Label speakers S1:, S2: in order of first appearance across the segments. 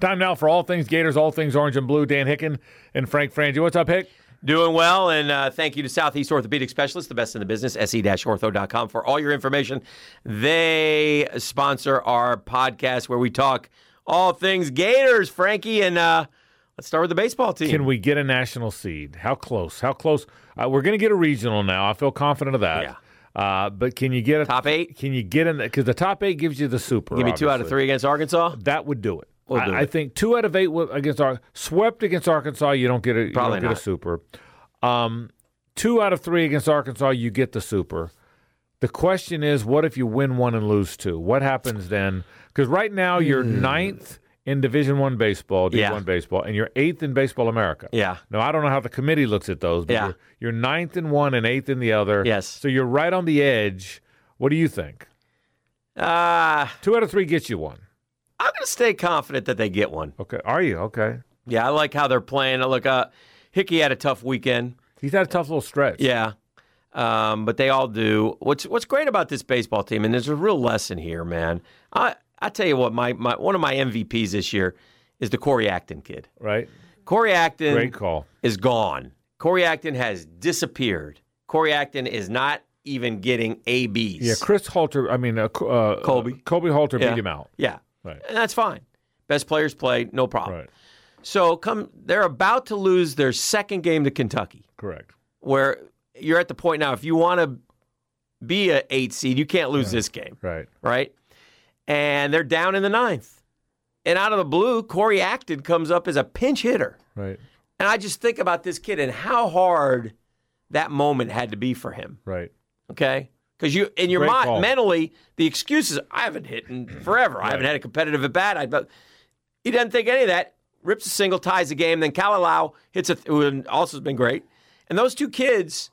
S1: Time now for all things Gators, all things orange and blue. Dan Hicken and Frank Frangie. What's up, Hick?
S2: Doing well, and uh, thank you to Southeast Orthopedic Specialists, the best in the business, E se-ortho.com, for all your information. They sponsor our podcast where we talk all things Gators, Frankie, and uh, let's start with the baseball team.
S1: Can we get a national seed? How close? How close? Uh, we're going to get a regional now. I feel confident of that.
S2: Yeah.
S1: Uh, but can you get a
S2: Top eight?
S1: Can you get in? Because the top eight gives you the super.
S2: Give me two out of
S1: obviously.
S2: three against Arkansas.
S1: That would do it. I,
S2: do
S1: I
S2: it.
S1: think two out of eight wa- against Ar- swept against Arkansas. You don't get a you
S2: Probably
S1: don't get a
S2: not.
S1: super. Um, two out of three against Arkansas, you get the super. The question is, what if you win one and lose two? What happens then? Because right now you're ninth in Division One baseball, D1
S2: Hmm. Yeah.
S1: baseball, and you're eighth in Baseball America.
S2: Yeah.
S1: Now I don't know how the committee looks at those, but
S2: Yeah.
S1: you're, you're ninth in one and eighth in the other.
S2: Yes.
S1: So you're right on the edge. What do you think?
S2: Uh,
S1: Two out of three gets you one.
S2: I'm going to stay confident that they get one.
S1: Okay. Are you okay?
S2: Yeah, I like how they're playing. I look, uh, Hickey had a tough weekend.
S1: He's had a tough little stretch.
S2: Yeah. Um, but they all do. What's what's great about this baseball team, and there's a real lesson here, man. I I tell you what, my, my one of my MVPs this year is the Corey Acton kid.
S1: Right.
S2: Corey Acton
S1: Great call.
S2: is gone. Corey Acton has disappeared. Corey Acton is not even getting A B's.
S1: Yeah, Chris Halter. I mean, uh, Co- uh,
S2: Colby.
S1: Colby Halter
S2: Yeah.
S1: beat him out.
S2: Yeah.
S1: Right.
S2: And that's fine. Best players play, no problem.
S1: Right.
S2: So come they're about to lose their second game to Kentucky.
S1: Correct.
S2: where you're at the point now if you want to be a eight seed you can't lose this game
S1: Right.
S2: right and they're down in the ninth and out of the blue corey acton comes up as a pinch hitter
S1: Right.
S2: and i just think about this kid and how hard that moment had to be for him
S1: Right.
S2: okay because you in your
S1: Great
S2: mind
S1: call.
S2: mentally the excuses i haven't hit in forever i haven't had a competitive at bat i but he doesn't think any of that rips a single ties the game then Kalalau hits a who also has been great and those two kids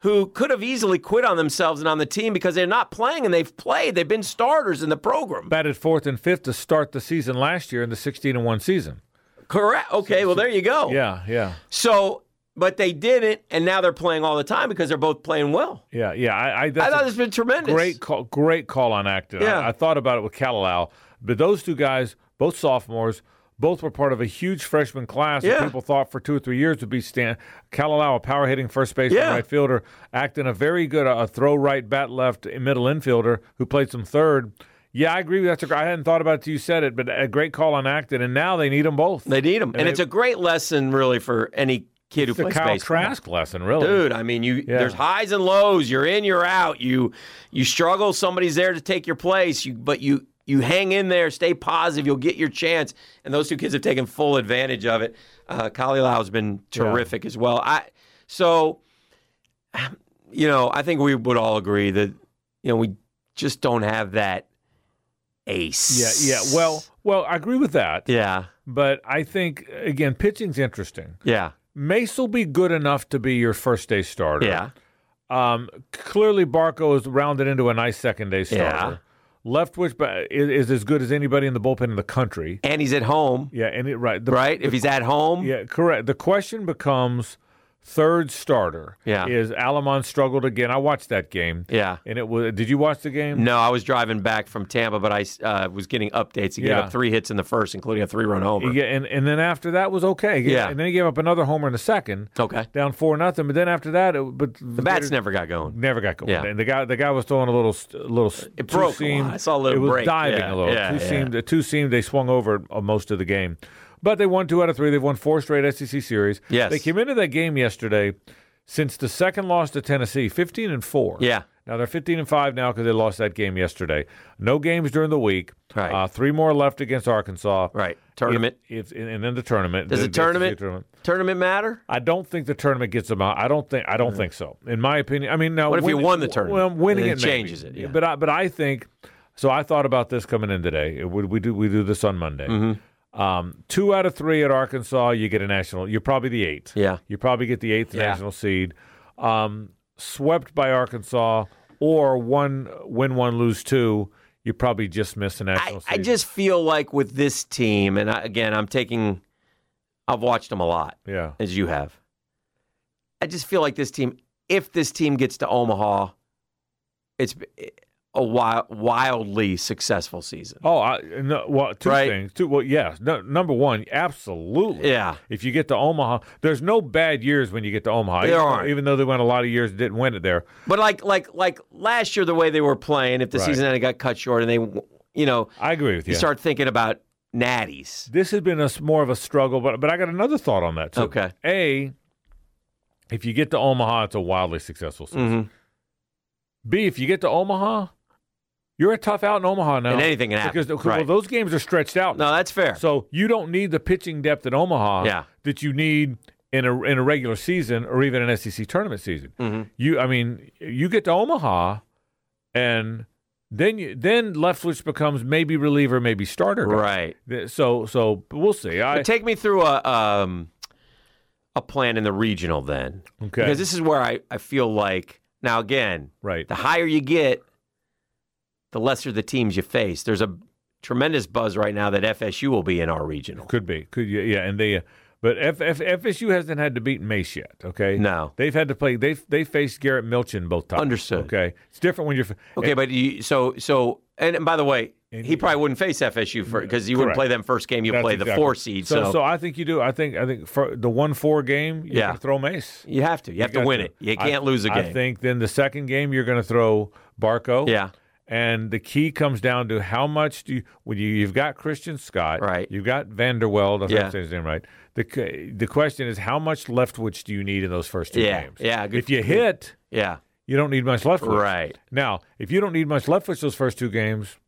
S2: who could have easily quit on themselves and on the team because they're not playing and they've played they've been starters in the program
S1: Batted fourth and fifth to start the season last year in the sixteen and one season.
S2: correct okay well there you go
S1: Yeah. Yeah.
S2: so but they didn't and now they're playing all the time because they're both playing well
S1: Yeah. Yeah. I. I,
S2: i
S1: that's
S2: thought
S1: a
S2: it's been tremendous
S1: great call. Great call on Acton.
S2: Yeah.
S1: I, I thought about it with Callao, but those two guys, both sophomores. Both were part of a huge freshman class that
S2: Yeah.
S1: people thought for two or three years would be Stan Kalalau, a power hitting first baseman,
S2: Yeah.
S1: right fielder, acting a very good uh, throw right, bat left, middle infielder who played some third. Yeah, I agree with that. That's a- I hadn't thought about it till you said it, but a great call on Acton, and now they need them both.
S2: They need him, and,
S1: they-
S2: it's a great lesson, really, for any kid who
S1: it's a
S2: plays
S1: Kyle
S2: baseball.
S1: Trask lesson, really.
S2: Dude, I mean, you
S1: Yeah.
S2: there's highs and lows. You're in, you're out. You you struggle. Somebody's there to take your place. You but you you hang in there, stay positive. You'll get your chance. And those two kids have taken full advantage of it. Uh, Kali Lau has been terrific as well. I so you know I think we would all agree that you know we just don't have that
S1: Yeah,
S2: ace.
S1: yeah. Well, well, I agree with that,
S2: yeah,
S1: but I think again, pitching's interesting.
S2: yeah,
S1: Mace will be good enough to be your first day starter.
S2: yeah.
S1: Um, clearly, Barco is rounded into a nice second day starter. Left which ba- is, is as good as anybody in the bullpen in the country.
S2: And he's at home.
S1: Yeah, and it, right. The,
S2: right? If he's at home,
S1: Yeah, correct. The question becomes third starter.
S2: Yeah.
S1: Is Alamon struggled again? I watched that game.
S2: Yeah.
S1: And it was. Did you watch the game?
S2: No, I was driving back from Tampa, but I uh, was getting updates. He
S1: Yeah.
S2: gave up three hits in the first, including a three-run homer.
S1: Yeah, and, and then after that was okay.
S2: Yeah.
S1: And then he gave up another homer in the second,
S2: Okay,
S1: down four nothing. But then after that, it, but
S2: the bats never got going.
S1: Never got going.
S2: Yeah.
S1: And the guy, the guy was throwing a little, st- a little. s-
S2: It
S1: two
S2: broke a
S1: seam.
S2: lot. I saw a little
S1: It was
S2: break.
S1: diving
S2: Yeah,
S1: a little.
S2: yeah,
S1: two
S2: yeah.
S1: seam, the two seam. They swung over uh, most of the game, but they won two out of three. They've won four straight SEC series.
S2: Yes.
S1: they came into that game yesterday. Since the second loss to Tennessee, fifteen and four.
S2: Yeah.
S1: Now they're fifteen and five now because they lost that game yesterday. No games during the week.
S2: Right.
S1: Uh, three more left against Arkansas.
S2: Right, tournament.
S1: If, if- and then the tournament.
S2: Does
S1: The-
S2: the
S1: the SEC
S2: tournament- Tournament matter?
S1: I don't think the tournament gets them out. I don't think. I don't think so. In my opinion, I mean, now
S2: Mm-hmm. What if you
S1: win-
S2: won the tournament?
S1: Well, winning
S2: It
S1: it, maybe.
S2: changes it, yeah.
S1: But I, but I think so. I thought about this coming in today. It would- We do we do this on Monday.
S2: Mm-hmm.
S1: Um, two out of three at Arkansas, you get a national. You're probably the eighth.
S2: Yeah.
S1: you probably get the eighth
S2: Yeah.
S1: national seed. Um, swept by Arkansas, or one win one lose two. You probably just miss a
S2: I,
S1: national
S2: I
S1: seed.
S2: just feel like with this team, and I, again, I'm taking, I've watched them a lot,
S1: yeah
S2: as you have. I just feel like this team, if this team gets to Omaha, it's a wild, wildly successful season.
S1: Oh, I, no, well, two
S2: Right.
S1: things. Two, well, yes. No, number one, absolutely.
S2: Yeah.
S1: If you get to Omaha, there's no bad years when you get to Omaha.
S2: There
S1: even, though-
S2: aren't.
S1: even though they went a lot of years and didn't win it there.
S2: But like like like last year, the way they were playing, if the
S1: Right.
S2: season ended got cut short, and they, you know,
S1: I agree with you.
S2: you start thinking about natties.
S1: This has been a s- more of a struggle, but but I got another thought on that too.
S2: Okay.
S1: A, if you get to Omaha, it's a wildly successful season.
S2: Mhm. Mm.
S1: B, if you get to Omaha, you're a tough out in Omaha now.
S2: And anything can happen.
S1: because because,
S2: Right.
S1: well, those games are stretched out.
S2: No, that's fair.
S1: So uh, you don't need the pitching depth at Omaha
S2: Yeah.
S1: that you need in a in a regular season or even an SEC tournament season.
S2: Mhm.
S1: You, I mean, you get to Omaha, and then you, then Leftwich becomes maybe reliever, maybe starter. guy.
S2: Right.
S1: Th- So so but we'll see. I
S2: But take me through a um, a plan in the regional then,
S1: okay.
S2: because this is where I, I feel like now again,
S1: right.
S2: the higher you get, the lesser the teams you face. There's a tremendous buzz right now that FSU will be in our regional.
S1: Could be. Could yeah, yeah. And they, uh, but F, F, FSU hasn't had to beat Mace yet. Okay.
S2: No.
S1: They've had to play. They they faced Garrett Milchin both times.
S2: Understood.
S1: Okay. It's different when you're.
S2: Okay, but you, so so and, and by the way,
S1: And-
S2: he probably wouldn't face FSU for because you wouldn't
S1: Correct.
S2: play them first game. You
S1: That's
S2: play the
S1: exactly-
S2: four seed,
S1: So,
S2: so,
S1: so I think you do. I think I think for the one four game, you
S2: Yeah.
S1: yeah. throw Mace.
S2: you have to. You have to
S1: got
S2: win it. You
S1: I-
S2: can't lose a game.
S1: I think then the second game you're going to throw Barco.
S2: Yeah.
S1: And the key comes down to how much do you when you you've got Christian Scott,
S2: Right.
S1: You've got Vanderweld. I think
S2: Yeah.
S1: I'm saying his name right. The c- the question is how much Leftwich do you need in those first two
S2: Yeah.
S1: games?
S2: Yeah, good-
S1: if you hit,
S2: yeah,
S1: you don't need much Leftwich.
S2: right.
S1: Now, if you don't need much Leftwich those first two games,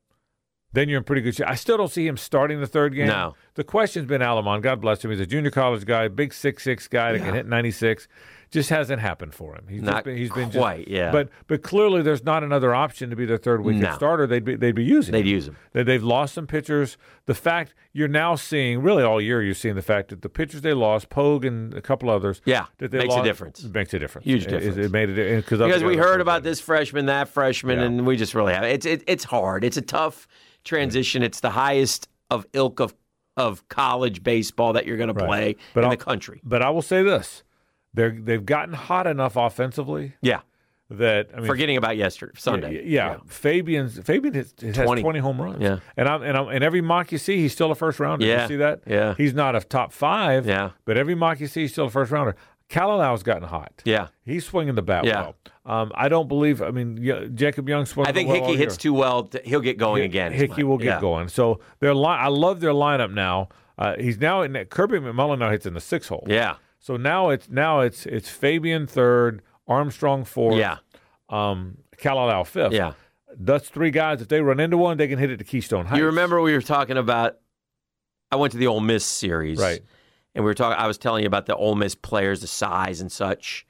S1: then you're in pretty good shape. I still don't see him starting the third game.
S2: No.
S1: The question's been Alamon. God bless him. He's a junior college guy, big six six guy that
S2: Yeah.
S1: can hit 96. Just hasn't happened for him. He's
S2: Not
S1: just been, he's been just-
S2: quite, yeah.
S1: But but clearly there's not another option to be their third weekend
S2: No.
S1: starter. They'd be they'd be using.
S2: They'd
S1: him.
S2: use him.
S1: They- They've lost some pitchers. The fact you're now seeing, really all year, you're seeing the fact that the pitchers they lost, Pogue and a couple others,
S2: Yeah,
S1: that they
S2: makes a
S1: lost-
S2: difference.
S1: Makes a difference.
S2: Huge
S1: It- it- It,
S2: difference.
S1: made it
S2: Because we heard about this freshman, that freshman,
S1: Yeah.
S2: and we just really have it's it, it's hard. It's a tough transition. It's the highest of ilk of of college baseball that you're going to play
S1: But
S2: in
S1: I'll-
S2: the country.
S1: But I will say this: they they've gotten hot enough offensively
S2: Yeah,
S1: that I mean,
S2: forgetting about yesterday
S1: yeah,
S2: Sunday.
S1: Fabian's Fabian has, has
S2: 20.
S1: 20. home runs.
S2: Yeah.
S1: and I'm and I'm and every mock you see, he's still a first rounder.
S2: Yeah,
S1: You see that?
S2: yeah.
S1: he's not a top five.
S2: Yeah.
S1: but every mock you see, he's still a first rounder. Kalalau's gotten hot.
S2: yeah.
S1: He's swinging the bat
S2: Yeah.
S1: well. Um, I don't believe. I mean, yeah, Jacob Young swung.
S2: I think
S1: well all
S2: Hickey hits
S1: year.
S2: too well. To, he'll get going again. is
S1: Hickey
S2: mine.
S1: will get
S2: Yeah.
S1: going. So their line. I love their lineup now. Uh, he's now in that Kirby McMullen now hits in the six hole.
S2: Yeah,
S1: So now it's now it's it's Fabian third, Armstrong fourth,
S2: yeah,
S1: um, Kalalau fifth.
S2: yeah.
S1: That's three guys. If they run into one, they can hit it to Keystone Heights.
S2: You remember we were talking about? I went to the Ole Miss series,
S1: Right.
S2: And we were talking. I was telling you about the Ole Miss players, the size and such.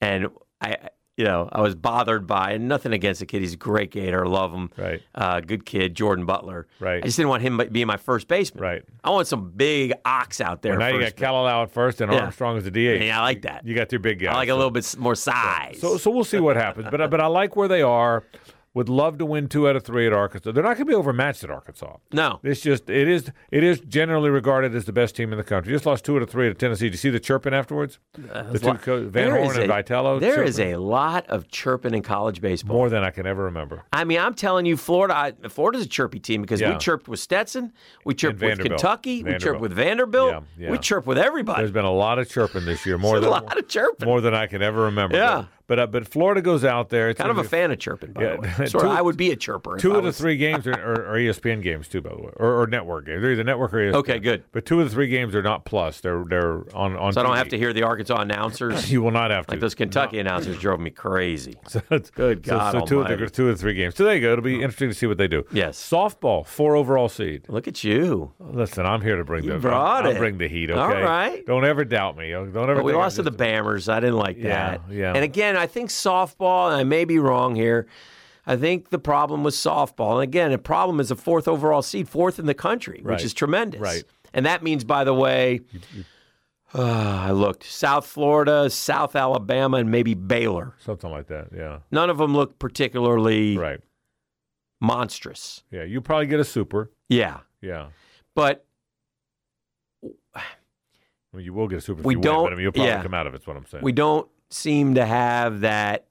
S2: And I, you know, I was bothered by and nothing against the kid. He's a great Gator. Love him.
S1: Right.
S2: Uh, good kid, Jordan Butler.
S1: Right.
S2: I just didn't want him being my first baseman.
S1: Right.
S2: I want some big ox out there.
S1: Now you got
S2: first
S1: Kalalau at first and
S2: Yeah.
S1: Armstrong as the
S2: baseman.
S1: DH.
S2: Yeah, I like that.
S1: You got your big guy.
S2: I like a little bit s- more size.
S1: So so we'll see what happens. But I- but I like where they are. Would love to win two out of three at Arkansas. They're not going to be overmatched at Arkansas.
S2: no.
S1: It's just it is it is generally regarded as the best team in the country. Just lost two out of three to Tennessee. Did you see the chirping afterwards? the two co- Van
S2: Uh, There
S1: Horn
S2: is
S1: and
S2: a-
S1: Vitello.
S2: There
S1: chirping.
S2: is a lot of chirping in college baseball.
S1: more than I can ever remember.
S2: I mean, I'm telling you, Florida. I, Florida's a chirpy team because we
S1: Yeah.
S2: chirped with Stetson, we chirped with
S1: Vanderbilt.
S2: Kentucky, we chirped
S1: Vanderbilt.
S2: with Vanderbilt,
S1: Yeah, yeah.
S2: we chirped with everybody.
S1: There's been a lot of chirping this year, more
S2: There's
S1: than
S2: a lot of chirping.
S1: more than I can ever remember.
S2: Yeah.
S1: but uh, but Florida goes out there. It's
S2: Kind of a
S1: gonna be-
S2: fan of chirping, by
S1: Yeah,
S2: the way.
S1: two-
S2: Sort of, I would be a chirper. if
S1: two
S2: I
S1: of the
S2: was-
S1: three games are, are, E are ESPN games too, by the way, or, or network games. They're either network or E ESPN.
S2: Okay, good.
S1: But two of the three games are not plus. They're they're on on.
S2: So I don't
S1: TV.
S2: have to hear the Arkansas announcers.
S1: You will not have to.
S2: Those Kentucky announcers drove me crazy.
S1: So it's-
S2: Good
S1: so-
S2: God
S1: So, two of the
S2: almighty. Oh.
S1: two of the three games. So there you go. It'll be interesting to see what they do.
S2: Yes.
S1: Softball, four overall seed.
S2: Look at you.
S1: Listen, I'm here to bring the
S2: brought
S1: I'll,
S2: it.
S1: I'll bring the heat. Okay.
S2: All right.
S1: Don't ever doubt me. Don't ever.
S2: But we
S1: think I'm
S2: lost to
S1: just-
S2: the Bammers. I didn't like
S1: Yeah,
S2: that.
S1: yeah.
S2: And again, I think softball, and I may be wrong here, I think the problem was softball. And again, the problem is the fourth overall seed, fourth in the country,
S1: Right,
S2: which is tremendous.
S1: right.
S2: And that means, by the way, uh, I looked South Florida, South Alabama, and maybe Baylor.
S1: something like that. Yeah.
S2: None of them look particularly
S1: Right.
S2: monstrous.
S1: Yeah. You probably get a super.
S2: Yeah.
S1: Yeah.
S2: But
S1: I mean, you will get a super. If
S2: We
S1: you
S2: don't-
S1: Win, but I mean, you'll probably
S2: yeah.
S1: come out of it. Is what I'm saying.
S2: we don't seem to have that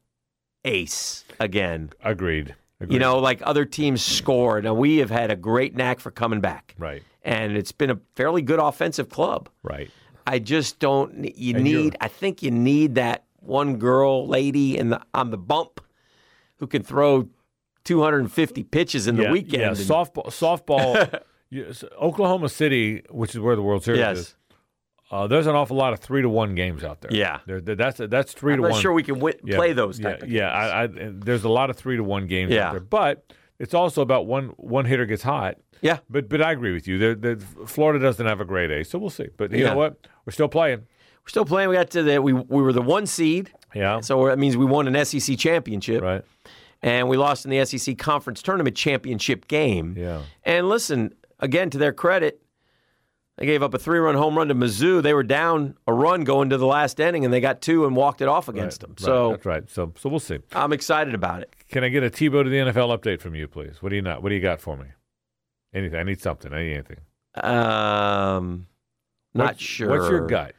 S2: ace again.
S1: agreed.
S2: You know, like other teams score. Now we have had a great knack for coming back,
S1: Right.
S2: and it's been a fairly good offensive club.
S1: Right.
S2: I just don't. You
S1: And you're-
S2: need. I think you need that one girl, lady, in the on the bump, who can throw 250 pitches in the
S1: yeah,
S2: weekend.
S1: Yeah,
S2: and-
S1: softball. Softball. yes, Oklahoma City, which is where the World Series
S2: Yes.
S1: is. Uh, there's an awful lot of three to one games out there.
S2: Yeah.
S1: There- there- that's that's 3
S2: I'm
S1: to
S2: not
S1: one.
S2: sure we can win,
S1: Yeah,
S2: play those.
S1: Yeah,
S2: Type of
S1: yeah.
S2: games.
S1: I, I, there's a lot of three to one games
S2: Yeah.
S1: out there, but it's also about one one hitter gets hot.
S2: yeah.
S1: But but I agree with you. They're, they're- Florida doesn't have a great A, so we'll see. But you
S2: Yeah.
S1: know what? We're still playing.
S2: We're still playing. We got to the we we were the one seed,
S1: Yeah.
S2: so that means we won an SEC championship,
S1: Right.
S2: and we lost in the SEC conference tournament championship game.
S1: Yeah.
S2: And listen, again to their credit, they gave up a three-run home run to Mizzou. They were down a run going to the last inning, and they got two and walked it off against them.
S1: Right,
S2: So
S1: that's right. So so we'll see.
S2: I'm excited about it.
S1: Can I get a Tebow to the NFL update from you, please? What do you not? What do you got for me? Anything? I need something. I need anything.
S2: Um, not
S1: What's-
S2: sure.
S1: What's your gut?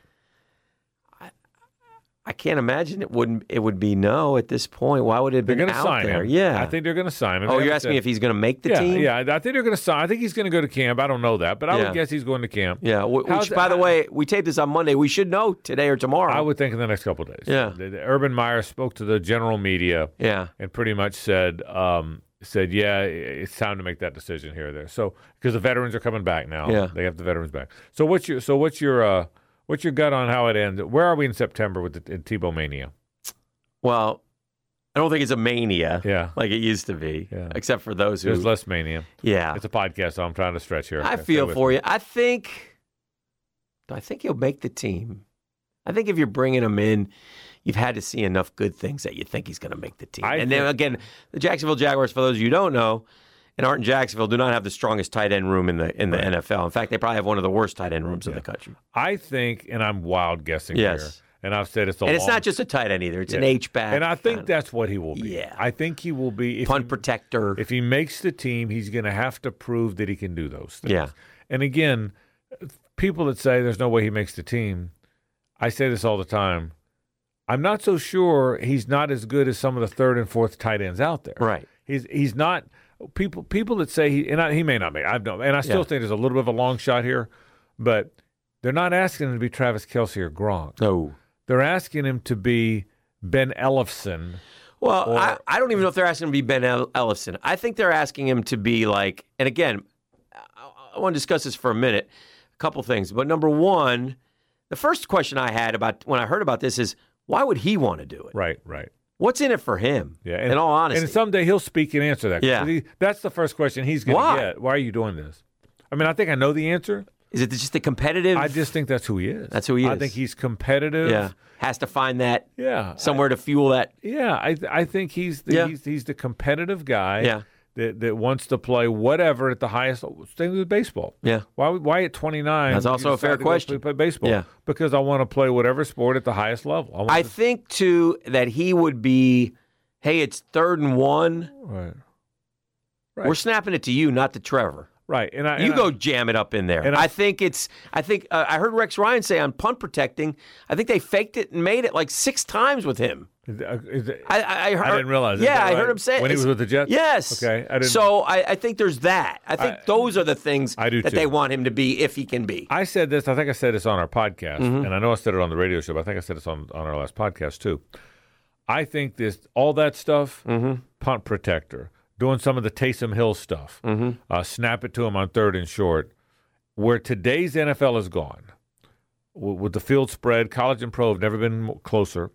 S2: I can't imagine it wouldn't. It would be no at this point. Why would it have
S1: They're
S2: been
S1: going to
S2: out
S1: sign
S2: there?
S1: him.
S2: Yeah.
S1: I think they're going to sign him.
S2: oh,
S1: They
S2: you're
S1: haven't
S2: asking
S1: said-
S2: me if he's going to make the
S1: yeah,
S2: team?
S1: Yeah, I think they're going to sign. I think he's going to go to camp. I don't know that, but I
S2: Yeah.
S1: would guess he's going to camp.
S2: Yeah, wh-
S1: How's-
S2: which, by the way, we taped this on Monday. We should know today or tomorrow.
S1: I would think in the next couple of days.
S2: Yeah.
S1: The- the- Urban Meyer spoke to the general media
S2: yeah,
S1: and pretty much said, um, said, yeah, i- it's time to make that decision here or there. So because the veterans are coming back now,
S2: Yeah.
S1: they have the veterans back. So what's your so what's your uh, what's your gut on how it ends? Where are we in September with the in Tebow mania?
S2: well, I don't think it's a mania
S1: Yeah,
S2: like it used to be,
S1: Yeah.
S2: except for those who.
S1: there's less mania.
S2: yeah,
S1: It's a podcast, so I'm trying to stretch here.
S2: Ah. I
S1: Okay, stay
S2: feel
S1: with
S2: for you. I think. Do I think he'll make the team? I think if you're bringing him in, you've had to see enough good things that you think he's going to make the team.
S1: I
S2: and then
S1: think-
S2: again, the Jacksonville Jaguars, for those of you who don't know, and aren't in Jacksonville, do not have the strongest tight end room in the in the NFL. In fact, they probably have one of the worst tight end rooms in the country.
S1: I think, and I'm wild guessing here,
S2: Yes.
S1: and I've said it's a
S2: And it's
S1: long-
S2: not just a tight end either; it's an
S1: Yeah.
S2: H back.
S1: And I think that's what he will be.
S2: Yeah.
S1: I think he will be. If,
S2: punt
S1: he,
S2: protector.
S1: if he makes the team, he's going to have to prove that he can do those things.
S2: Yeah.
S1: And again, people that say there's no way he makes the team, I say this all the time. I'm not so sure he's not as good as some of the third and fourth tight ends out there.
S2: Right.
S1: He's he's not people people that say he and I, he may not make. I don't, and I still
S2: Yeah.
S1: think there's a little bit of a long shot here, but they're not asking him to be Travis Kelsey or Gronk.
S2: No.
S1: They're asking him to be Ben Ellefson.
S2: Well,
S1: Or-
S2: I, I don't even know if they're asking him to be Ben El- Ellison. I think they're asking him to be like, and again, I, I want to discuss this for a minute. A couple things. But number one, the first question I had about when I heard about this is why would he want to do it?
S1: Right, right.
S2: What's in it for him?
S1: Yeah.
S2: in all honesty.
S1: And someday he'll speak and answer that.
S2: Yeah.
S1: He- that's the first question he's going
S2: Why?
S1: to get. Why are you doing this? I mean, I think I know the answer.
S2: is it just the competitive?
S1: I just think that's who he is.
S2: That's who he
S1: I
S2: is.
S1: think he's competitive.
S2: yeah, has to find that
S1: Yeah.
S2: somewhere to fuel that.
S1: Yeah, I I think he's the,
S2: Yeah.
S1: he's he's the competitive guy.
S2: Yeah.
S1: That, that wants to play whatever at the highest. Same with baseball.
S2: Yeah.
S1: Why why at twenty nine?
S2: That's also a fair question.
S1: Play, play baseball.
S2: Yeah.
S1: Because I want to play whatever sport at the highest level. I want
S2: I
S1: to,
S2: think too that he would be, hey, it's third and one.
S1: right.
S2: We're snapping it to you, not to Trevor.
S1: Right. And I
S2: You
S1: and I-
S2: go jam it up in there.
S1: and
S2: I,
S1: I-
S2: think it's. I think uh, I heard Rex Ryan say on punt protecting. I think they faked it and made it like six times with him.
S1: Is that- is it-
S2: I, I, I, heard,
S1: I didn't realize. Is
S2: Yeah,
S1: that
S2: I
S1: right?
S2: heard him say
S1: when he was with the Jets.
S2: Yes.
S1: Okay. I didn't.
S2: So I, I think there's that. I think
S1: I-
S2: those are the things
S1: I do
S2: that
S1: too.
S2: they want him to be if he can be.
S1: I said this. I think I said this on our podcast, and I know I said it on the radio show. But I think I said this on on our last podcast too. I think this all that stuff, punt protector, doing some of the Taysom Hill stuff, uh, snap it to him on third and short. Where today's NFL is gone, w- with the field spread, college and pro have never been mo- closer.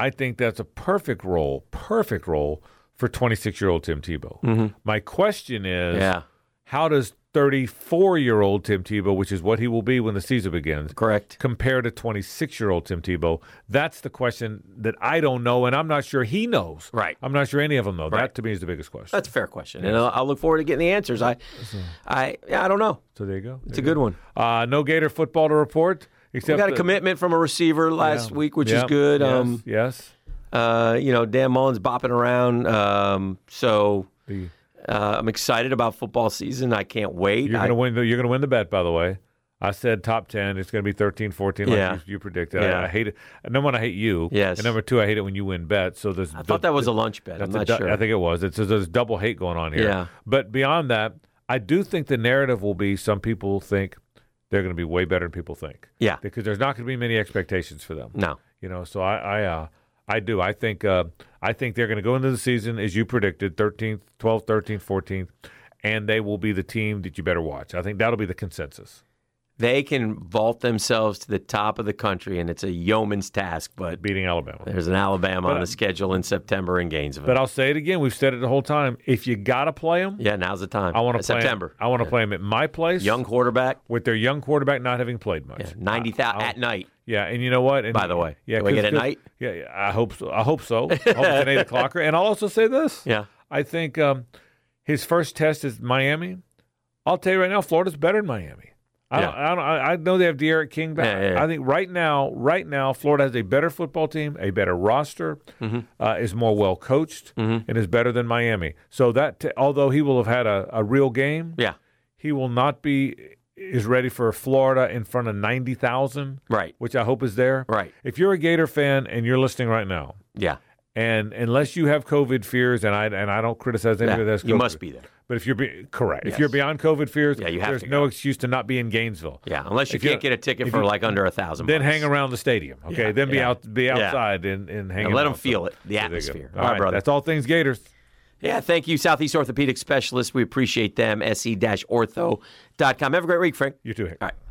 S1: I think that's a perfect role, perfect role for 26 year old Tim Tebow. My question is,
S2: yeah.
S1: how does 34 year old Tim Tebow, which is what he will be when the season begins,
S2: Correct.
S1: compare to 26 year old Tim Tebow? That's the question that I don't know, and I'm not sure he knows.
S2: Right.
S1: I'm not sure any of them know.
S2: Right.
S1: That to me is the biggest question.
S2: That's a fair question, and I'll, I'll look forward to getting the answers. I, I, yeah, I don't know.
S1: so there you go.
S2: It's a good one.
S1: Uh, no Gator football to report.
S2: We
S1: Except
S2: got a
S1: that-
S2: commitment from a receiver last
S1: Yeah.
S2: week, which is
S1: Yeah.
S2: good.
S1: Yes.
S2: Um,
S1: yes.
S2: uh, you know, Dan Mullen's bopping around. Um, so
S1: The-
S2: uh, I'm excited about football season. I can't wait.
S1: you're going
S2: I-
S1: to win. The, you're going to win the bet, by the way. I said top 10. It's going to be 13, 14, like
S2: Yeah.
S1: you, you predicted. I-
S2: Yeah.
S1: I, hate it. Number one, I hate you.
S2: Yes.
S1: And number two, I hate it when you win bets. So there's.
S2: I thought that was a lunch bet. I'm
S1: That's a
S2: not
S1: du-
S2: sure.
S1: I think it was. It's there's double hate going on here.
S2: Yeah.
S1: But beyond that, I do think the narrative will be some people think they're going to be way better than people think
S2: yeah.
S1: because there's not going to be many expectations for them.
S2: No.
S1: You know, so I I uh, I do. I think uh, I think they're going to go into the season as you predicted, 13th, 12th, 13th, 14th, and they will be the team that you better watch. I think that'll be the consensus.
S2: They can vault themselves to the top of the country, and it's a yeoman's task, but
S1: Beating Alabama.
S2: there's an Alabama on
S1: But-
S2: the schedule in September in Gainesville.
S1: But I'll say it again. We've said it the whole time. If you got to play them,
S2: yeah, now's the time.
S1: I want to play 'em-
S2: September.
S1: I want to play them at my place.
S2: Young quarterback,
S1: with their young quarterback not having played much.
S2: yeah, 90,000 at night.
S1: Yeah, and you know what? And,
S2: By the way,
S1: yeah,
S2: do we
S1: 'cause-
S2: get a
S1: 'cause-
S2: night?
S1: Yeah, yeah, I hope so. I hope so. I hope it's an eight o'clocker. And I'll also say this:
S2: Yeah.
S1: I think um, his first test is Miami. I'll tell you right now, Florida's better than Miami. I, don't, I, don't, I I know they have De'Aaron King back.
S2: Yeah, yeah, yeah.
S1: I think right now, right now, Florida has a better football team, a better roster,
S2: Mm-hmm.
S1: uh, is more well coached, and is better than Miami. So that, t- although he will have had a, a real game,
S2: Yeah.
S1: he will not be is ready for Florida in front of 90,000,
S2: Right.
S1: which I hope is there.
S2: Right.
S1: If you're a Gator fan and you're listening right now,
S2: Yeah.
S1: and unless you have COVID fears, and I and I don't criticize any
S2: Yeah.
S1: of this,
S2: You must be there.
S1: But if you're be, correct, if you're beyond COVID fears,
S2: Yeah, you have
S1: there's
S2: to
S1: no excuse to not be in Gainesville.
S2: Yeah. Unless you
S1: If you-
S2: can't get a ticket
S1: if
S2: for
S1: you-
S2: like under a thousand.
S1: Then
S2: bucks.
S1: hang around the stadium, okay?
S2: Yeah,
S1: then be
S2: yeah.
S1: out, be
S2: Yeah.
S1: outside, and and hang.
S2: And let
S1: out.
S2: them feel it, the
S1: There you go.
S2: atmosphere.
S1: All right,
S2: brother.
S1: That's all things Gators.
S2: Yeah, thank you, Southeast E Orthopedic Specialists. We appreciate them. se-ortho.com. Have a great week, Frank.
S1: You too. Hank.
S2: All right.